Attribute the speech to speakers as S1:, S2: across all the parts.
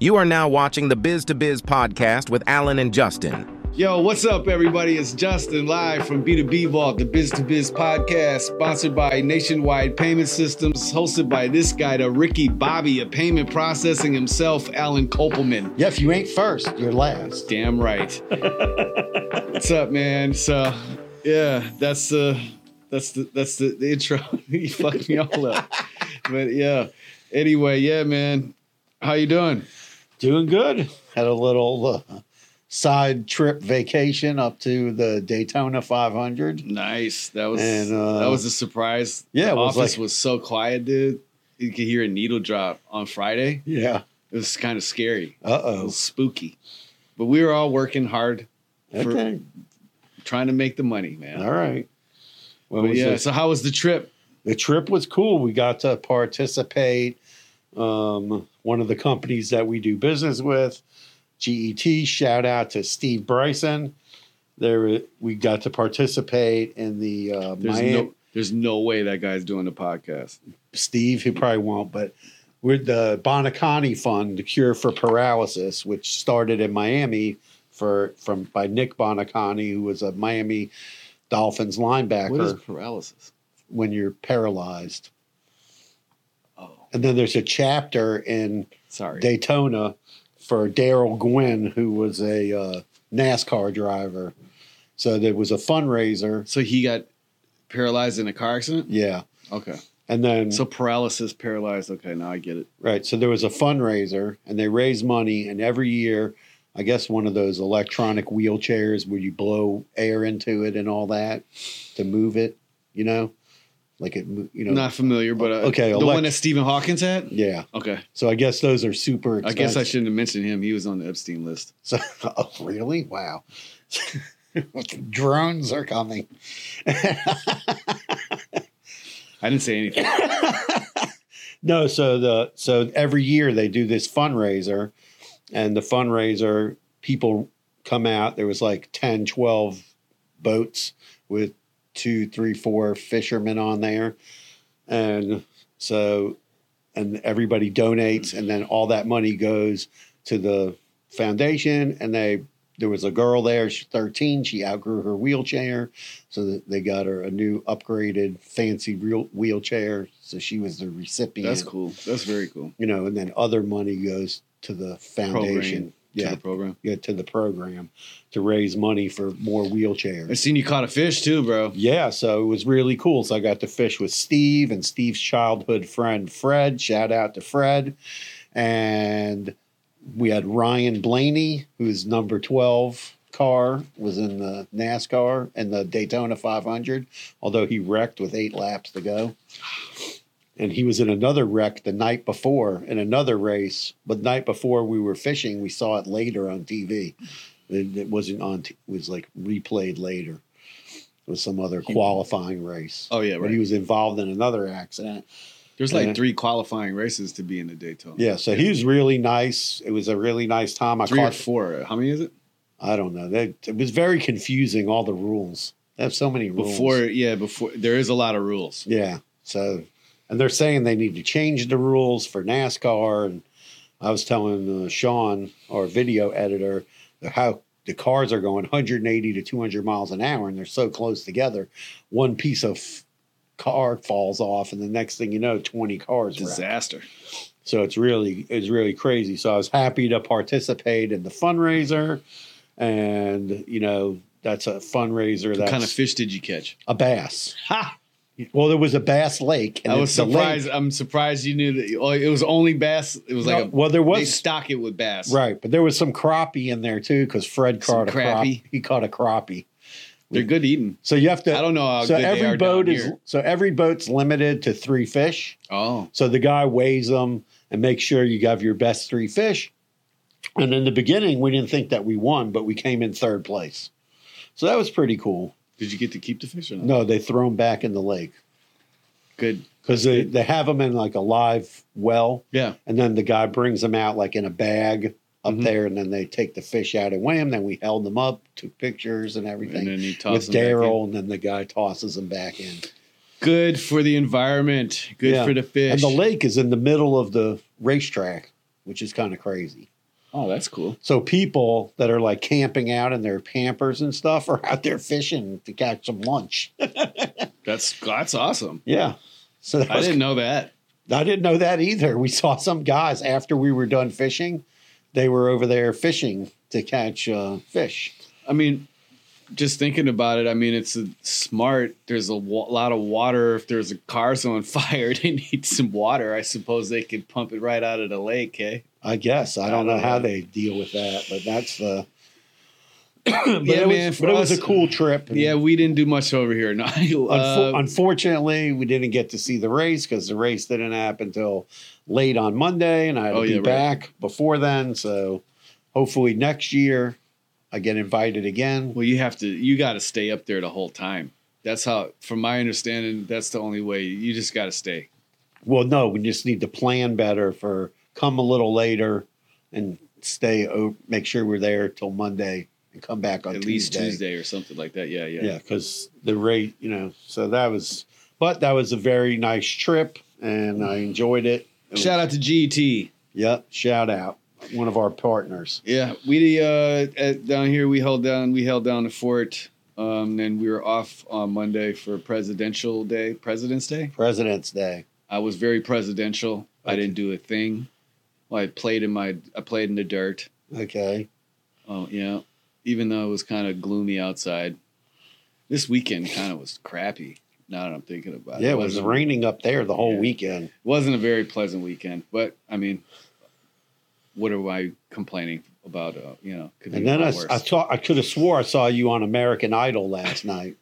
S1: You are now watching the Biz to Biz podcast with Alan and Justin.
S2: Yo, what's up, everybody? It's Justin live from B2B Vault, the Biz to Biz podcast, sponsored by Nationwide Payment Systems, hosted by this guy, the Ricky Bobby, a payment processing himself, Alan Kopelman.
S3: Yeah, if you ain't first, you're last.
S2: Damn right. what's up, man? So, yeah, that's uh, that's the that's the, the intro. you fucked me all up, but yeah. Anyway, yeah, man. How you doing?
S3: Doing good. Had a little uh, side trip vacation up to the Daytona 500.
S2: Nice. That was
S3: And, uh,
S2: that was a surprise.
S3: yeah,
S2: the
S3: it was
S2: office
S3: like-
S2: was so quiet, dude. You could hear a needle drop on Friday.
S3: Yeah.
S2: It was kind of scary.
S3: Uh
S2: It
S3: oh.
S2: was spooky. But we were all working hard, for-
S3: Okay.
S2: trying to make the money, man.
S3: All right. What
S2: But
S3: was
S2: yeah.
S3: this?
S2: So how was the trip?
S3: the trip was cool. We got to participate. Um, one of the companies that we do business with, GET, shout out to Steve Bryson. There, we got to participate in the uh,
S2: There's
S3: Miami.
S2: no there's no way that guy's doing the podcast.
S3: Steve, he probably won't, but with the Bonacani Fund, the cure for paralysis, which started in Miami for from by Nick Bonacani, who was a Miami Dolphins linebacker
S2: What is paralysis?
S3: when you're paralyzed.
S2: Oh,
S3: And then there's a chapter in
S2: sorry.
S3: Daytona for Daryl Gwynn, who was a uh, NASCAR driver. So there was a fundraiser.
S2: so he got paralyzed in a car accident?
S3: Yeah.
S2: Okay.
S3: And then
S2: So paralysis, paralyzed. Okay, now I get it.
S3: Right. So there was a fundraiser and they raised money. And every year, I guess one of those electronic wheelchairs where you blow air into it and all that to move it, you know, like it, mo- you know.
S2: Not familiar, but uh,
S3: Okay,
S2: the
S3: elect-
S2: one that Stephen Hawkins had.
S3: yeah.
S2: Okay,
S3: So I guess those are super
S2: I
S3: expensive.
S2: guess I shouldn't have mentioned him. He was on the Epstein list.
S3: So, oh, really? Wow. Drones are coming.
S2: I didn't say anything.
S3: No, so the so every year they do this fundraiser and the fundraiser people come out. There was like 10, 12 boats with two, three, four fishermen on there. And so and everybody donates and then all that money goes to the foundation and they there was a girl there, she's 13, she outgrew her wheelchair. So that they got her a new upgraded fancy real wheelchair. So she was the recipient
S2: That's cool. That's very cool.
S3: you know, and then other money goes to the
S2: Program.
S3: foundation.
S2: Yeah,
S3: Yeah,
S2: the program.
S3: yeah, to the program to raise money for more
S2: I
S3: wheelchairs.
S2: seen you caught a fish too, bro.
S3: Yeah, so it was really cool. So I got to fish with Steve and Steve's childhood friend Fred. Shout out to Fred. And we had Ryan Blaney, who's number 12 car, was in the NASCAR and the Daytona 500, although he wrecked with eight laps to go. And he was in another wreck the night before in another race. But the night before we were fishing, we saw it later on TV. It, it wasn't on, t- it was like replayed later. It was some other qualifying race.
S2: Oh yeah,
S3: But he
S2: right.
S3: was involved in another accident.
S2: There's like
S3: Yeah.
S2: three qualifying races to be in the Daytona.
S3: Yeah, so he was really nice. It was a really nice time. I
S2: three or
S3: caught
S2: four. How many is it?
S3: I don't know. They, it was very confusing. All the rules. They have so many rules.
S2: Before, yeah, before there is a lot of rules.
S3: yeah. So, and they're saying they need to change the rules for NASCAR. And I was telling uh, Sean, our video editor, the- how the cars are going 180 to 200 miles an hour, and they're so close together. One piece of car falls off, and the next thing you know, 20 cars. wreck.
S2: Disaster.
S3: So it's really it's really crazy. So I was happy to participate in the fundraiser, and you know that's a fundraiser
S2: What
S3: that's
S2: kind of fish did you catch?
S3: a bass.
S2: Ha!
S3: Well, there was a bass lake,
S2: I
S3: it-
S2: was
S3: the lake-
S2: surprised. I'm surprised you knew that. Oh, it was only bass. It was like
S3: No,
S2: a,
S3: well, there
S2: they
S3: was
S2: stock it with bass.
S3: right, but there was some crappie in there too because Fred
S2: Some
S3: caught a crappie.
S2: crappie.
S3: He caught a crappie.
S2: They're good eating.
S3: So you have to.
S2: I don't know how
S3: so
S2: good they
S3: every
S2: are
S3: boat
S2: down
S3: is
S2: here.
S3: so every boat's limited to three fish.
S2: Oh,
S3: So the guy weighs them and makes sure you have your best three fish. And in the beginning, we didn't think that we won, but we came in third place. So that was pretty cool.
S2: did you get to keep the fish or not?
S3: No, they throw them back in the lake
S2: Good.
S3: because they, they have them in like a live well.
S2: Yeah.
S3: And then the guy brings them out like in a bag up
S2: Mhm.
S3: there. And then they take the fish out and wham. Then we held them up, took pictures and everything
S2: And then you toss
S3: with
S2: them back in.
S3: Daryl. And then the guy tosses them back in.
S2: Good for the environment. Good
S3: Yeah.
S2: for the fish.
S3: And the lake is in the middle of the racetrack, which is kind of crazy.
S2: Oh, that's cool.
S3: So people that are like camping out in their campers and stuff are out there fishing to catch some lunch.
S2: That's that's awesome.
S3: Yeah. So that
S2: I
S3: was-
S2: didn't know that.
S3: I didn't know that either. We saw some guys after we were done fishing. They were over there fishing to catch uh, fish.
S2: I mean, just thinking about it, I mean, it's a smart. There's a wa- lot of water. If there's a car's on fire, they need some water. I suppose they could pump it right out of the lake, eh?
S3: I guess I don't know
S2: Um,
S3: how they deal with that, but that's the.
S2: But
S3: yeah,
S2: I
S3: it was-
S2: mean, for
S3: but it was
S2: us-
S3: a cool trip.
S2: Yeah, we didn't do much over here. No,
S3: Unfo-
S2: uh,
S3: unfortunately, we didn't get to see the race because the race didn't happen until late on Monday, and I had
S2: Oh,
S3: to
S2: yeah,
S3: be
S2: right.
S3: back before then. So hopefully next year I get invited again.
S2: well, you have to. You got to stay up there the whole time. That's how, from my understanding, that's the only way. You just got to stay.
S3: Well, no, we just need to plan better for come a little later and stay. o- Make sure we're there till Monday and come back on
S2: At
S3: Tuesday.
S2: least Tuesday or something like that. Yeah, yeah.
S3: Yeah, because the rate, you know. So that was, but that was a very nice trip, and I enjoyed it. it was-
S2: Shout out to E GT.
S3: Yep, shout out one of our partners.
S2: Yeah, we uh at, down here we held down we held down the fort. Um, and we were off on Monday for Presidential Day, President's Day.
S3: President's Day.
S2: I was very presidential. I
S3: Okay.
S2: didn't do a thing. I played in my I played in the dirt.
S3: Okay.
S2: Oh yeah, even though it was kind of gloomy outside. This weekend kind of was crappy. Now that I'm thinking about it,
S3: Yeah, it was
S2: wasn't,
S3: raining up there the whole
S2: Yeah.
S3: weekend.
S2: wasn't a very pleasant weekend. But I mean, what am I complaining about? Uh, you know, could be
S3: And then
S2: a
S3: I,
S2: lot
S3: s-
S2: worse.
S3: I thought I could have swore I saw you on American Idol last night.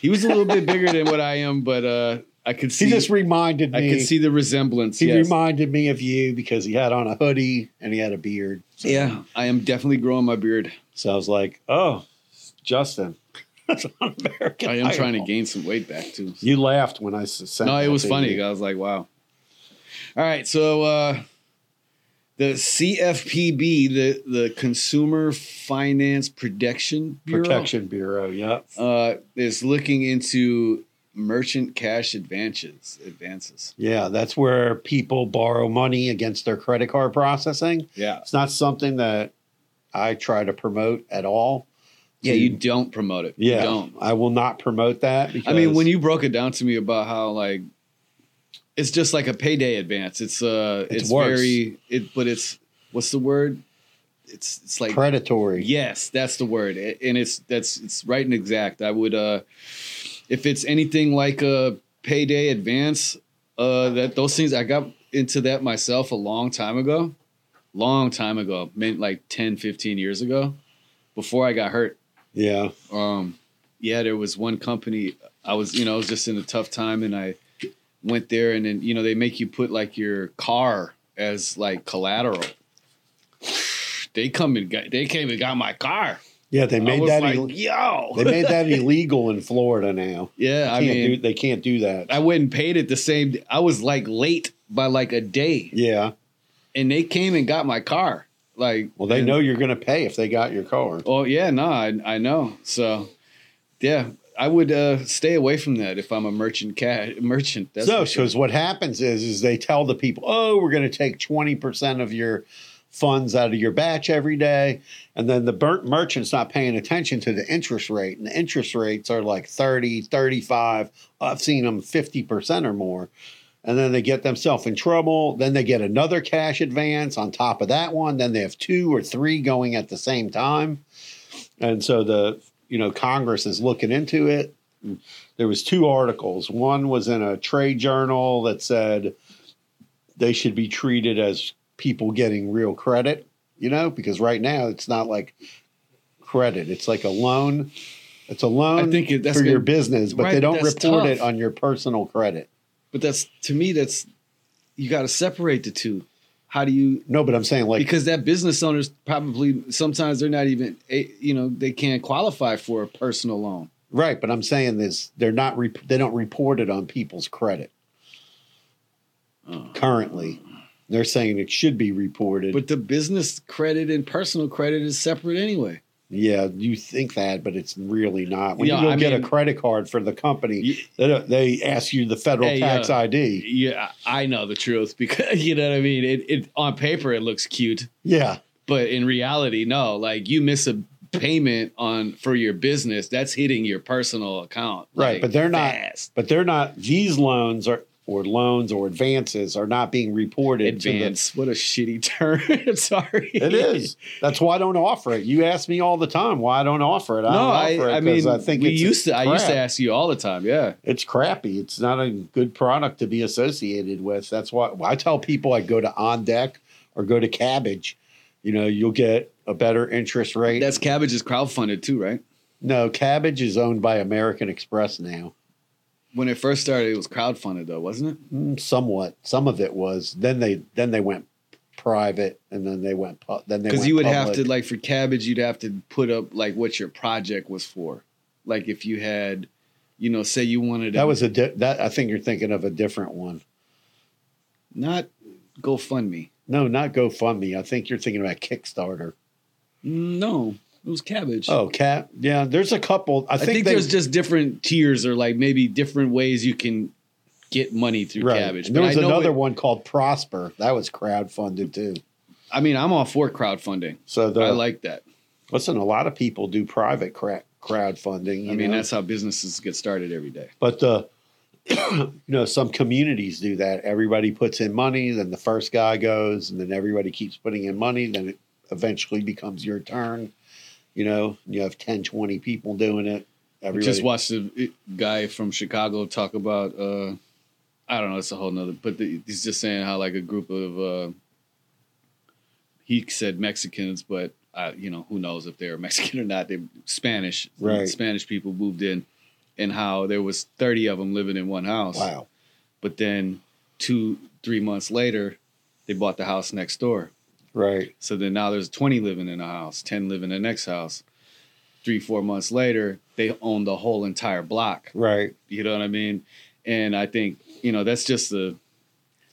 S2: He was a little bit bigger than what I am, but uh, I could see.
S3: he just reminded me.
S2: I could see the resemblance.
S3: He
S2: yes.
S3: reminded me of you because he had on a hoodie and he had a beard. So,
S2: yeah, I am definitely growing my beard.
S3: So I was like, oh, Justin. That's on American
S2: I am trying to
S3: Idol.
S2: gain some weight back too.
S3: You laughed when I s- sent
S2: No, it
S3: that
S2: was
S3: to
S2: funny.
S3: you.
S2: I was like, wow. All right, so uh, the CFPB, the the Consumer Finance Protection Bureau,
S3: Protection Bureau. Yep.
S2: uh, is looking into merchant cash advances. Advances.
S3: Yeah, that's where people borrow money against their credit card processing.
S2: Yeah.
S3: It's not something that I try to promote at all.
S2: Yeah, you don't promote it.
S3: Mm. Yeah,
S2: You don't.
S3: I will not promote that. Because
S2: I mean, when you broke it down to me about how like it's just like a payday advance. It's uh, it's,
S3: It's worse.
S2: very it, but it's what's the word? It's it's like
S3: predatory,
S2: yes, that's the word, A- and it's that's it's right and exact. I would uh, if it's anything like a payday advance, uh, that those things I got into that myself a long time ago, long time ago, meant like 10, 15 years ago, before I got hurt
S3: yeah,
S2: um yeah there was one company i was you know i was just in a tough time and i went there and then you know they make you put like your car as like collateral they come and got, they came and got my car
S3: yeah. They
S2: i
S3: made
S2: was
S3: that.
S2: like
S3: ill-
S2: yo
S3: they made that illegal in Florida now.
S2: yeah i
S3: Can't
S2: mean
S3: do, they can't do that.
S2: i went and paid it the same i was like late by like a day
S3: yeah.
S2: and they came and got my car like
S3: Well, they
S2: and-
S3: know you're going to pay if they got your car.
S2: oh yeah no I, I know so yeah i would uh stay away from that if i'm a merchant cat merchant that's
S3: so,
S2: for sure.
S3: because what happens is, is they tell the people, oh, we're going to take twenty percent of your funds out of your batch every day, and then the burnt merchant's not paying attention to the interest rate, and the interest rates are like 30, 35. I've seen them fifty percent or more, and then they get themselves in trouble. Then they get another cash advance on top of that one. Then they have two or three going at the same time, and so the you know Congress is looking into it there was two articles. One was in a trade journal that said they should be treated as people getting real credit, you know, because right now it's not like credit. It's like a loan. It's a loan
S2: I think it- that's
S3: for your
S2: gonna-
S3: business, but
S2: right,
S3: they don't
S2: that's
S3: report it
S2: tough.
S3: on your personal credit.
S2: But that's to me, that's you got to separate the two. How do you?
S3: No, but I'm saying like
S2: Because that business owners probably sometimes they're not even eh, you know they can't qualify for a personal loan.
S3: right, but I'm saying this they're not re- they don't report it on people's credit.
S2: Oh.
S3: Currently, they're saying it should be reported.
S2: But the business credit and personal credit is separate anyway.
S3: Yeah, you think that, but it's really not. When
S2: Yeah,
S3: you don't
S2: I
S3: get
S2: mean-
S3: a credit card for the company,
S2: Y-
S3: they, don't, they ask you the federal
S2: Hey,
S3: tax
S2: uh,
S3: ID.
S2: Yeah, I know the truth because you know what I mean. It, it on paper it looks cute,
S3: Yeah,
S2: but in reality, no. Like you miss a payment on for your business, that's hitting your personal account.
S3: right.
S2: like,
S3: but they're not.
S2: fast.
S3: But they're not. These loans are or loans or advances are not being reported.
S2: advance. What a shitty term. Sorry,
S3: To the, it is. That's why I don't offer it. You ask me all the time why I don't offer it. I
S2: no,
S3: don't
S2: I,
S3: offer it
S2: I
S3: 'cause
S2: mean,
S3: I think
S2: we
S3: it's
S2: used to. I used to
S3: crap.
S2: ask you all the time. Yeah,
S3: it's crappy. It's not a good product to be associated with. That's why I tell people I go to On Deck or go to Cabbage. You know, you'll get a better interest rate.
S2: that's Cabbage is crowdfunded too, right?
S3: no, Cabbage is owned by American Express now.
S2: When it first started, it was crowdfunded though, wasn't it?
S3: Mm, Somewhat, some of it was. Then they then they went private, and then they went pu- then they
S2: Because
S3: went
S2: you would have
S3: public.
S2: to like for Cabbage, you'd have to put up like what your project was for. Like if you had, you know, say you wanted
S3: That was a di- that I think you're thinking of a different one.
S2: not GoFundMe.
S3: No, not GoFundMe. I think you're thinking about Kickstarter.
S2: No, it was Cabbage.
S3: Oh, Cap. Yeah, there's a couple. I
S2: I
S3: think,
S2: think,
S3: they-
S2: there's just different tiers or like maybe different ways you can get money through
S3: Right.
S2: Cabbage.
S3: And there was
S2: I know
S3: another
S2: it-
S3: one called Prosper. That was crowdfunded too.
S2: I mean, I'm all for crowdfunding.
S3: So the,
S2: I like that.
S3: listen, a lot of people do private cra- crowdfunding.
S2: I mean, that's how businesses get started every day.
S3: but the you know some communities do that. Everybody puts in money, then the first guy goes, and then everybody keeps putting in money. Then it eventually becomes your turn. You know, you have 10, 20 people doing it. Everybody,
S2: Just watched the guy from Chicago talk about. Uh, I don't know. It's a whole nother. But the, he's just saying how like a group of. Uh, he said Mexicans, but I, you know who knows if they're Mexican or not. They Spanish,
S3: Right.
S2: Spanish people moved in, and how there was thirty of them living in one house.
S3: wow,
S2: But then two, three months later, they bought the house next door.
S3: right,
S2: So then now there's 20 living in a house, 10 living in the next house. Three, four months later, they own the whole entire block.
S3: right.
S2: You know what I mean? And I think, you know, that's just the.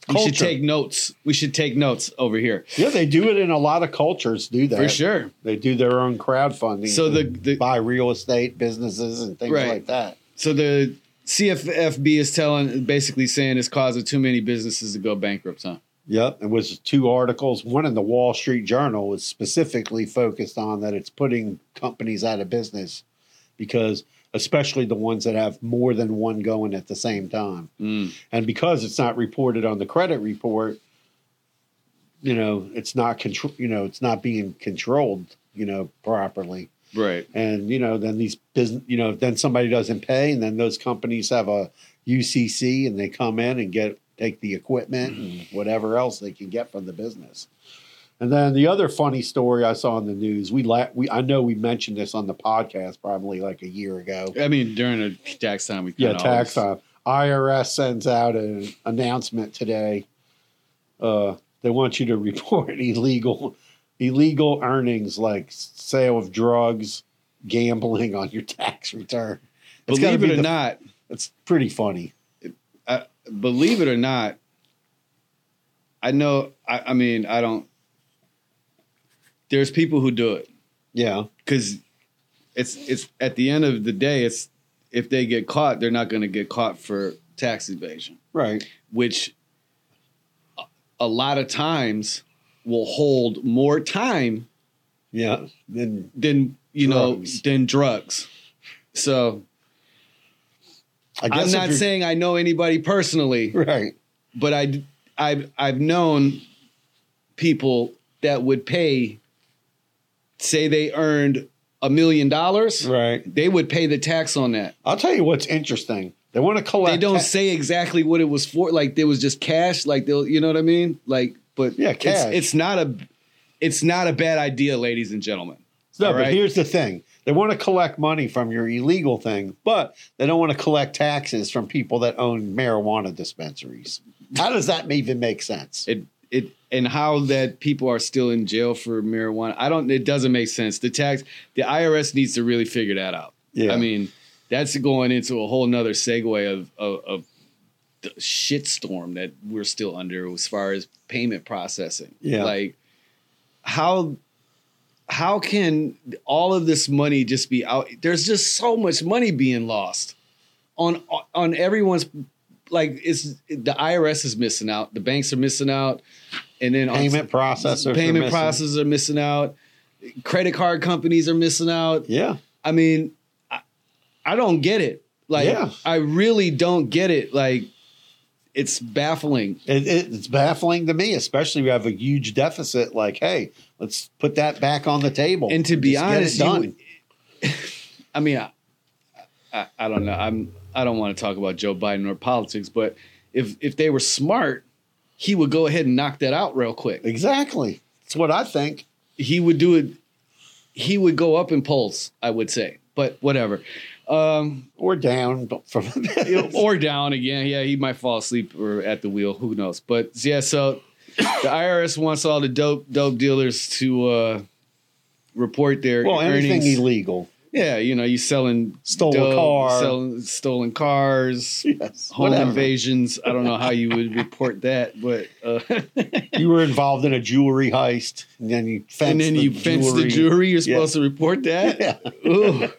S2: We should
S3: Culture.
S2: take notes. We should take notes over here
S3: Yeah, they do it in a lot of cultures. Do that
S2: for sure.
S3: They do their own crowdfunding.
S2: So the-
S3: and
S2: the-
S3: buy real estate businesses and things
S2: Right.
S3: like that.
S2: So the CFFB is telling, basically saying it's causing too many businesses to go bankrupt, huh?
S3: Yep, it was two articles. One in the Wall Street Journal was specifically focused on that it's putting companies out of business because especially the ones that have more than one going at the same time.
S2: Mm.
S3: And because it's not reported on the credit report, you know, it's not control, you know, it's not being controlled, you know, properly
S2: Right.
S3: and you know then these business you know then somebody doesn't pay and then those companies have a ucc and they come in and get take the equipment and whatever else they can get from the business and then the other funny story i saw in the news we la- we i know we mentioned this on the podcast probably like a year ago
S2: I mean, during the tax time, we
S3: yeah
S2: kinda
S3: tax
S2: always-
S3: time irs sends out an announcement today uh they want you to report illegal illegal earnings like sale of drugs gambling on your tax return It's gotta
S2: Believe it
S3: be
S2: or
S3: the-
S2: not,
S3: it's pretty funny
S2: believe it or not, I know. I, I mean, I don't. There's people who do it
S3: yeah
S2: because it's it's at the end of the day, it's if they get caught, they're not going to get caught for tax evasion,
S3: right
S2: which a- a lot of times will hold more time
S3: yeah then
S2: than you
S3: Drugs.
S2: know than drugs. So
S3: i guess
S2: I'm
S3: if
S2: not
S3: you're-
S2: saying I know anybody personally.
S3: right
S2: but I I've I've known people that would pay say they earned a million dollars,
S3: right
S2: they would pay the tax on that.
S3: i'll tell you what's interesting they want to collect
S2: They don't
S3: ta-
S2: say exactly what it was for like there was just cash like they will you know what I mean? Like but
S3: Yeah,
S2: It's,
S3: cash.
S2: it's not a it's not a bad idea, ladies and gentlemen.
S3: No,
S2: All
S3: but
S2: right.
S3: here's the thing. They want to collect money from your illegal thing, but they don't want to collect taxes from people that own marijuana dispensaries. How does that even make sense?
S2: It it and how that people are still in jail for marijuana. I don't it doesn't make sense. The tax the IRS needs to really figure that out.
S3: yeah.
S2: I mean, that's going into a whole nother segue of of, of the shitstorm that we're still under as far as payment processing.
S3: Yeah.
S2: Like how how can all of this money just be out? There's just so much money being lost on on everyone's like it's the IRS is missing out, the banks are missing out, and then
S3: Payment processors.
S2: on,
S3: are
S2: payment
S3: missing.
S2: processors are missing out, credit card companies are missing out.
S3: Yeah.
S2: I mean, I, I don't get it. Like,
S3: Yeah.
S2: I really don't get it. Like, it's baffling.
S3: It, it, it's baffling to me, especially we have a huge deficit. Like, hey, let's put that back on the table.
S2: And to be
S3: Just get it
S2: honest, you-
S3: done.
S2: I mean, I, I, I don't know. I'm I don't want to talk about Joe Biden or politics, but if if they were smart, he would go ahead and knock that out real quick.
S3: exactly. That's what I think.
S2: He would do it. He would go up in polls, I would say, but whatever. Um,
S3: Or down but from
S2: or down again. Yeah, he might fall asleep or at the wheel. Who knows? But yeah, so the IRS wants all the dope dope dealers to uh, report their
S3: well, anything
S2: earnings.
S3: illegal.
S2: yeah, you know, you selling
S3: Stole a
S2: dope,
S3: car.
S2: selling stolen cars,
S3: yes.
S2: home
S3: whatever.
S2: invasions. I don't know how you would report that, but uh,
S3: you were involved in a jewelry heist, and then you fenced
S2: and then
S3: the
S2: you
S3: jewelry.
S2: fence the jury. You're
S3: Yeah.
S2: supposed to report that.
S3: Yeah.
S2: Ooh.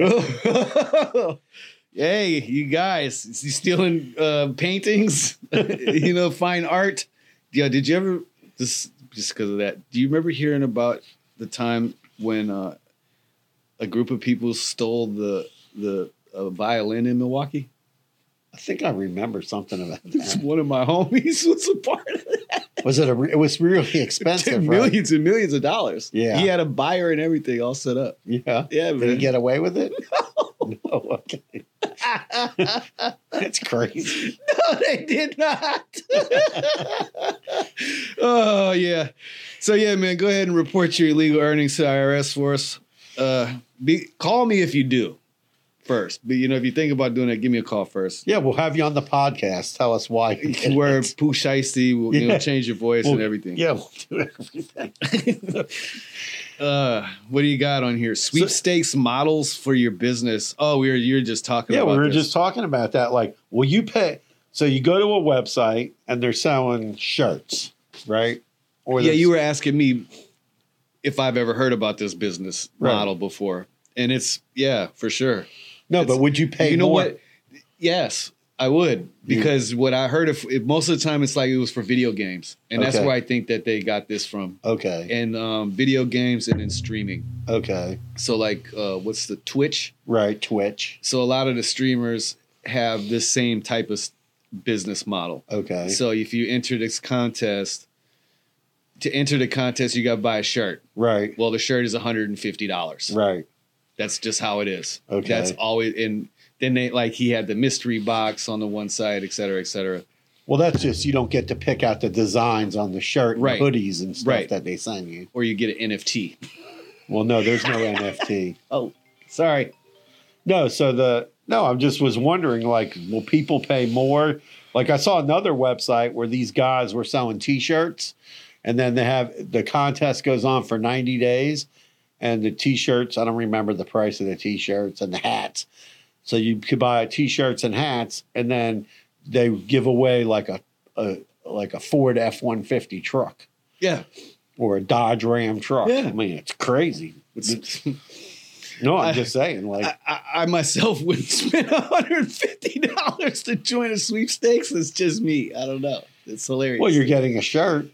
S2: Ooh. hey, you guys, is he stealing uh, paintings? you know, fine art. Yeah, did you ever just just because of that? Do you remember hearing about the time when uh, a group of people stole the the uh, violin in Milwaukee?
S3: I think I remember something about that.
S2: One of my homies was a part of it.
S3: was it a? re- It was really expensive. right?
S2: millions and millions of dollars.
S3: Yeah.
S2: he had a buyer and everything all set up.
S3: Yeah.
S2: Yeah,
S3: Did he
S2: man.
S3: get away with it? No. Okay. That's crazy.
S2: they did not. oh yeah. So yeah, man, go ahead and report your illegal earnings to the IRS for us. Uh, be, call me if you do first. But you know, if you think about doing that, give me a call first.
S3: Yeah, we'll have you on the podcast. Tell us why. you did
S2: We're
S3: it.
S2: poo shiesty. We'll you know,
S3: Yeah.
S2: change your voice
S3: Well,
S2: and everything.
S3: Yeah, we'll do everything.
S2: Uh, what do you got on here? Sweepstakes models for your business. Oh, we were you're just talking.
S3: yeah,
S2: about
S3: we were
S2: this.
S3: just talking about that. Like, will you pay? So you go to a website and they're selling shirts, right? Or
S2: yeah,
S3: they're-
S2: you were asking me if I've ever heard about this business
S3: Right.
S2: model before, and it's yeah, for sure.
S3: no, but would you pay?
S2: you know
S3: more?
S2: what? Yes, I would because what I heard of it, most of the time it's like it was for video games, and that's
S3: Okay.
S2: where I think that they got this from,
S3: Okay,
S2: and um, video games and then streaming.
S3: okay,
S2: So like, uh, what's the Twitch?
S3: right. Twitch.
S2: So a lot of the streamers have this same type of s- business model.
S3: Okay,
S2: So if you enter this contest, to enter the contest, you got to buy a shirt.
S3: right,
S2: Well, the shirt is one hundred and fifty dollars.
S3: right.
S2: That's just how it is.
S3: Okay.
S2: That's always and then they like he had the mystery box on the one side, et cetera, et cetera.
S3: Well, that's just you don't get to pick out the designs on the shirt, and
S2: Right.
S3: hoodies, and stuff
S2: Right.
S3: that they send you.
S2: Or you get an NFT.
S3: Well, no, there's no NFT.
S2: Oh, sorry.
S3: No, so the no, I just was wondering, like, will people pay more? Like, I saw another website where these guys were selling T-shirts, and then they have the contest goes on for ninety days, and the T-shirts. I don't remember the price of the T-shirts and the hats. So you could buy T-shirts and hats, and then they give away like a, a like a Ford F one fifty truck
S2: Yeah.
S3: or a Dodge Ram truck.
S2: Yeah.
S3: I mean, it's crazy.
S2: It's-
S3: No, I'm
S2: I-
S3: just saying, like.
S2: I, I, I myself would spend $150 to join a sweepstakes. It's just me. I don't know. It's hilarious.
S3: Well, you're getting a shirt.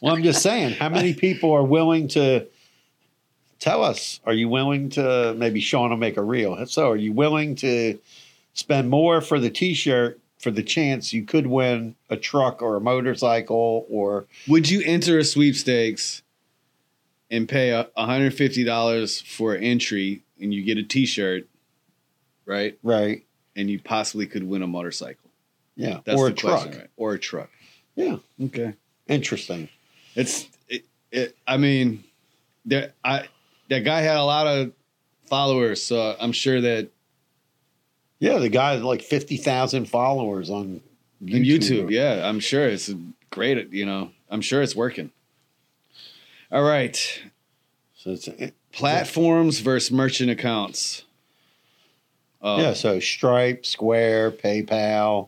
S3: well, I'm just saying, how many people are willing to tell us? Are you willing to maybe Sean will make a reel? If So, are you willing to spend more for the T-shirt for the chance you could win a truck or a motorcycle or
S2: would you enter a sweepstakes and pay a $150 for entry and you get a t shirt, right?
S3: right?
S2: And you possibly could win a motorcycle.
S3: Yeah,
S2: That's
S3: or a
S2: the
S3: truck.
S2: question, right? Or a truck.
S3: Yeah,
S2: Okay.
S3: interesting.
S2: It's it, it, I mean, there I that guy had a lot of followers, so I'm sure that
S3: Yeah, the guy had like fifty thousand followers on
S2: and YouTube. Yeah, I'm sure it's great. You know, I'm sure it's working. All right,
S3: So it's
S2: platforms versus merchant accounts. Uh,
S3: yeah, so Stripe, Square, PayPal,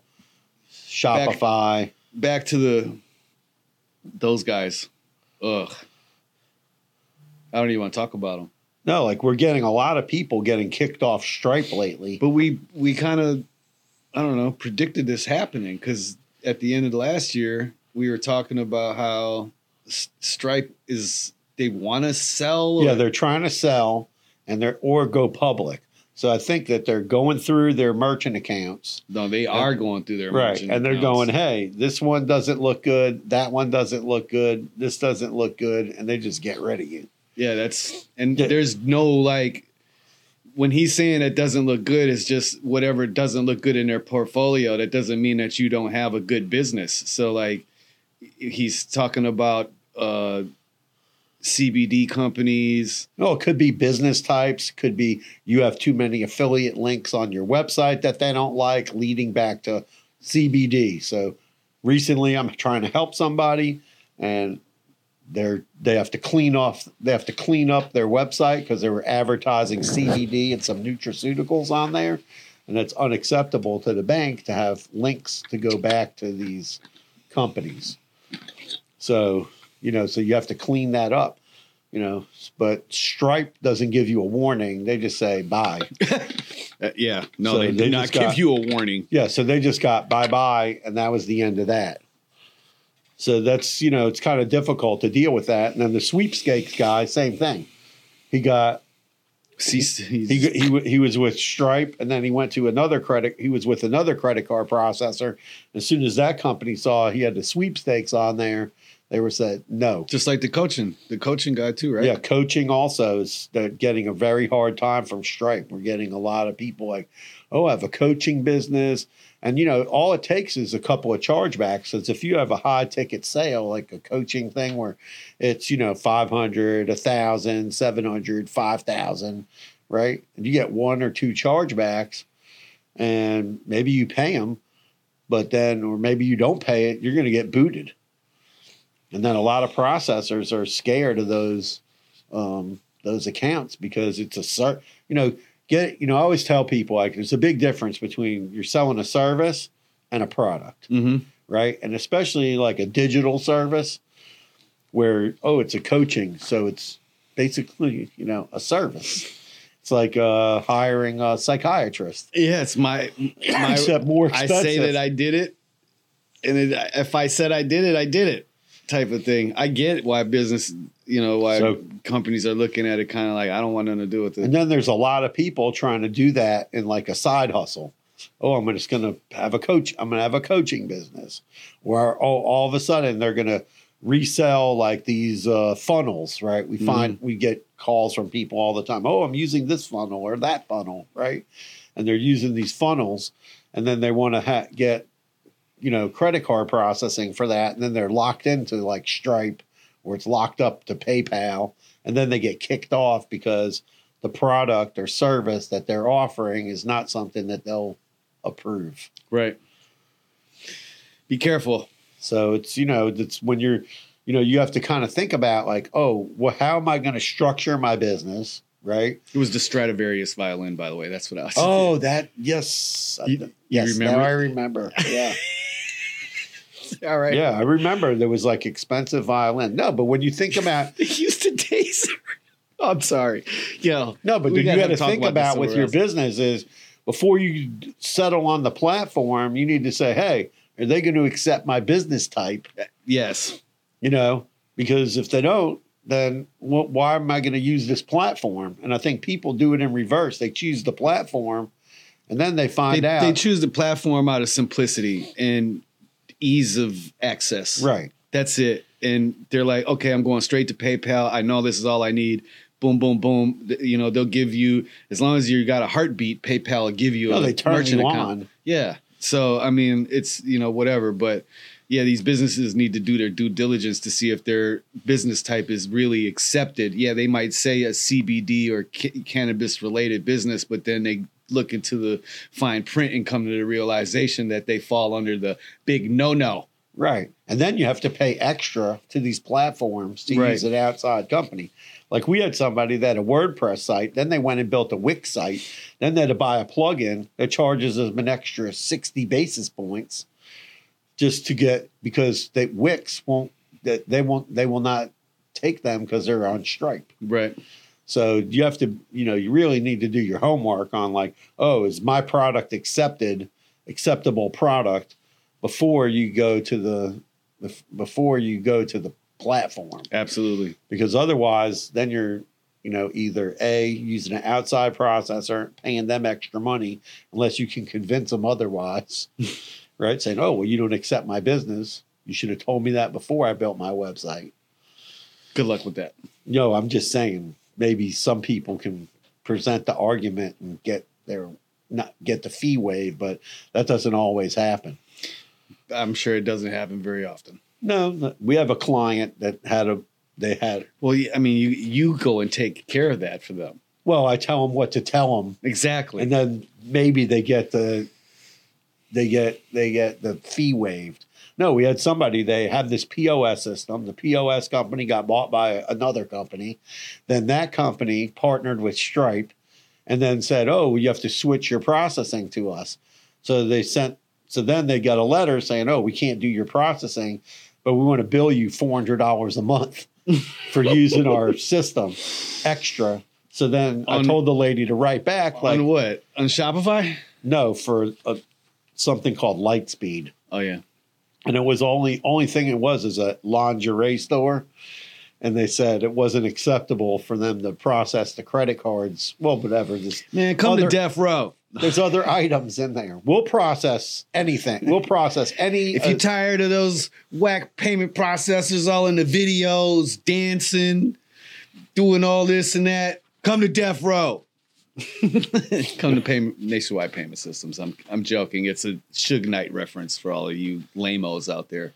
S3: Shopify.
S2: Back to the Those guys. Ugh. I don't even want to talk about them.
S3: No, like we're getting a lot of people getting kicked off Stripe lately.
S2: But we we kind of I don't know predicted this happening because at the end of last year we were talking about how S- Stripe is they want to sell.
S3: Yeah,
S2: or-
S3: they're trying to sell and they're or go public. So I think that they're going through their merchant accounts.
S2: no, they are going through their
S3: Right.
S2: merchant
S3: And they're
S2: accounts.
S3: going, hey, this one doesn't look good. That one doesn't look good. This doesn't look good. And they just get rid of you.
S2: Yeah, that's and
S3: Yeah.
S2: there's no like when he's saying it doesn't look good, it's just whatever doesn't look good in their portfolio. That doesn't mean that you don't have a good business. So like he's talking about uh CBD companies.
S3: No, it could be business types, could be you have too many affiliate links on your website that they don't like, leading back to CBD. So recently I'm trying to help somebody and they're they have to clean off they have to clean up their website because they were advertising CBD and some nutraceuticals on there. And it's unacceptable to the bank to have links to go back to these companies. So, you know, so you have to clean that up you know but stripe doesn't give you a warning they just say bye
S2: Uh, yeah, no,
S3: So
S2: they
S3: they
S2: did not
S3: just
S2: give
S3: got-
S2: you a warning.
S3: yeah so they just got bye bye and that was the end of that so that's you know it's kind of difficult to deal with that and then the sweepstakes guy same thing he got
S2: He's- he's-
S3: he he wa- he was with Stripe, and then he went to another credit. He was with another credit card processor. As soon as that company saw he had the sweepstakes on there, they were said no.
S2: just like the coaching, the coaching guy too, right?
S3: Yeah, coaching also is they're getting a very hard time from Stripe. We're getting a lot of people like, oh, I have a coaching business. And, you know, all it takes is a couple of chargebacks. It's if you have a high ticket sale, like a coaching thing where it's, you know, 500, 1,000, 700, 5,000, right? And you get one or two chargebacks and maybe you pay them, but then, or maybe you don't pay it, you're going to get booted. And then a lot of processors are scared of those um, those accounts because it's a ser- you know get you know I always tell people like there's a big difference between you're selling a service and a product,
S2: Mhm.
S3: right? And especially like a digital service where oh it's a coaching, so it's basically you know a service. It's like uh, hiring a psychiatrist,
S2: Yeah, it's my my
S3: except more
S2: I
S3: expensive.
S2: say that I did it, and it, if I said I did it, I did it, type of thing. I get why business, you know, why
S3: So-
S2: companies are looking at it kind of like I don't want nothing to do with it.
S3: And then there's a lot of people trying to do that in like a side hustle. Oh, I'm just going to have a coach. I'm going to have a coaching business where oh, all of a sudden they're going to resell like these uh, funnels, right? We find we get calls from people all the time. Oh, I'm using this funnel or that funnel, right? And they're using these funnels, and then they want to ha- get you know credit card processing for that, and then they're locked into like Stripe or it's locked up to PayPal, and then they get kicked off because the product or service that they're offering is not something that they'll approve.
S2: Right. Be careful.
S3: So it's you know it's when you're you know you have to kind of think about like oh well how am I going to structure my business right?
S2: It was the Stradivarius violin, by the way. That's what I was.
S3: Oh that yes
S2: You- you
S3: yes
S2: remember?
S3: now I remember yeah
S2: all right.
S3: yeah I remember there was like expensive violin no but when you think about
S2: They used a taser. I'm sorry. Yeah.
S3: No, but
S2: We
S3: you
S2: gotta
S3: got to
S2: talk
S3: think
S2: about this
S3: about with
S2: somewhere
S3: your
S2: else.
S3: business is before you d- settle on the platform, you need to say, hey, are they going to accept my business type?
S2: Yes.
S3: You know, because if they don't, then wh- why am I going to use this platform? And I think people do it in reverse. They choose the platform and then they
S2: They,
S3: find out.
S2: they choose the platform out of simplicity and ease of access.
S3: right.
S2: That's it. And they're like, okay, I'm going straight to PayPal. I know this is all I need. Boom, boom, boom. Th- You know, they'll give you as long as you got a heartbeat, PayPal will give you
S3: No,
S2: a
S3: they turn
S2: merchant
S3: you
S2: account.
S3: on.
S2: Yeah. So I mean, it's you know whatever, but yeah, these businesses need to do their due diligence to see if their business type is really accepted. Yeah, they might say a CBD or ca- cannabis related business, but then they look into the fine print and come to the realization that they fall under the big no no.
S3: Right. And then you have to pay extra to these platforms to
S2: Right.
S3: use an outside company. Like we had somebody that had a WordPress site, then they went and built a Wix site, then they had to buy a plugin that charges them an extra 60 basis points just to get because they Wix won't that they won't they will not take them because they're on strike.
S2: Right.
S3: So you have to, you know, you really need to do your homework on like, oh, is my product accepted, acceptable product before you go to the, the before you go to the platform
S2: Absolutely.
S3: because otherwise then you're you know either a using an outside processor paying them extra money unless you can convince them otherwise right saying oh well you don't accept my business you should have told me that before i built my website
S2: Good luck with that.
S3: no i'm just saying maybe some people can present the argument and get their not get the fee waived but that doesn't always happen
S2: I'm sure it doesn't happen very often.
S3: no no, we have a client that had a they had
S2: Well, yeah, I mean, you you go and take care of that for them.
S3: well i tell them what to tell them
S2: Exactly.
S3: and then maybe they get the they get they get the fee waived. No, we had somebody they had this POS system. The POS company got bought by another company. Then that company partnered with Stripe and then said, "Oh, you have to switch your processing to us." So they sent so then they got a letter saying, "Oh, we can't do your processing, but we want to bill you $400 a month for using our system extra." So then I
S2: On-
S3: told the lady to write back like
S2: on what? On Shopify?
S3: no, for a, something called Lightspeed,
S2: Oh yeah.
S3: and it was only only thing it was is a lingerie store, and they said it wasn't acceptable for them to process the credit cards. Well, whatever. There's,
S2: Man, come
S3: Other-
S2: to death row.
S3: there's other items in there. We'll process anything. We'll process any.
S2: If you're
S3: uh,
S2: tired of those whack payment processors all in the videos, dancing, doing all this and that, come to Death Row. come to payment, Nationwide Payment Systems. I'm I'm joking. It's a Suge Knight reference for all of you lamos out there.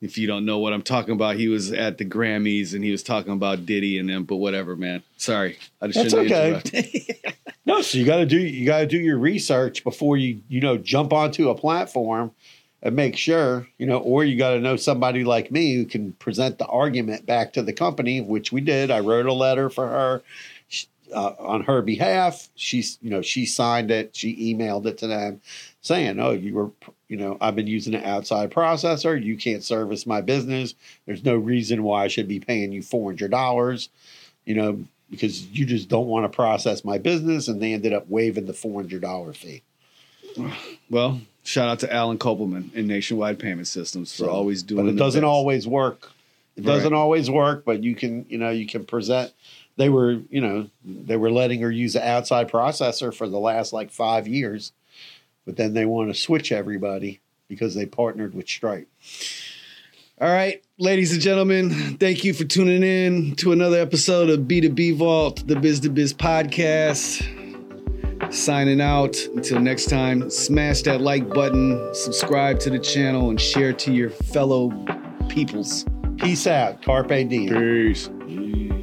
S2: If you don't know what I'm talking about, he was at the Grammys and he was talking about Diddy and them, but whatever, man. Sorry. I
S3: That's
S2: shouldn't
S3: okay.
S2: interrupt.
S3: no, so you got to do you got to do your research before you you know jump onto a platform. And make sure, you know, or you got to know somebody like me who can present the argument back to the company, which we did. I wrote a letter for her. uh, on her behalf. She's, you know, she signed it. She emailed it to them, saying, "Oh, you were, you know, I've been using an outside processor. You can't service my business. There's no reason why I should be paying you four hundred dollars, you know, because you just don't want to process my business." And they ended up waiving the four hundred dollar fee.
S2: well, shout out to Alan Kopelman and Nationwide Payment Systems for
S3: So,
S2: always doing
S3: But it
S2: the
S3: doesn't
S2: best.
S3: always work. It doesn't always work, but you can, you know, you can present. They were, you know, they were letting her use the outside processor for the last like five years, but then they want to switch everybody because they partnered with Stripe.
S2: All right, ladies and gentlemen, thank you for tuning in to another episode of B2B Vault, the Biz to Biz podcast. Signing out. Until next time, smash that like button, subscribe to the channel, and share to your fellow peoples.
S3: Peace out, carpe diem.
S2: Peace.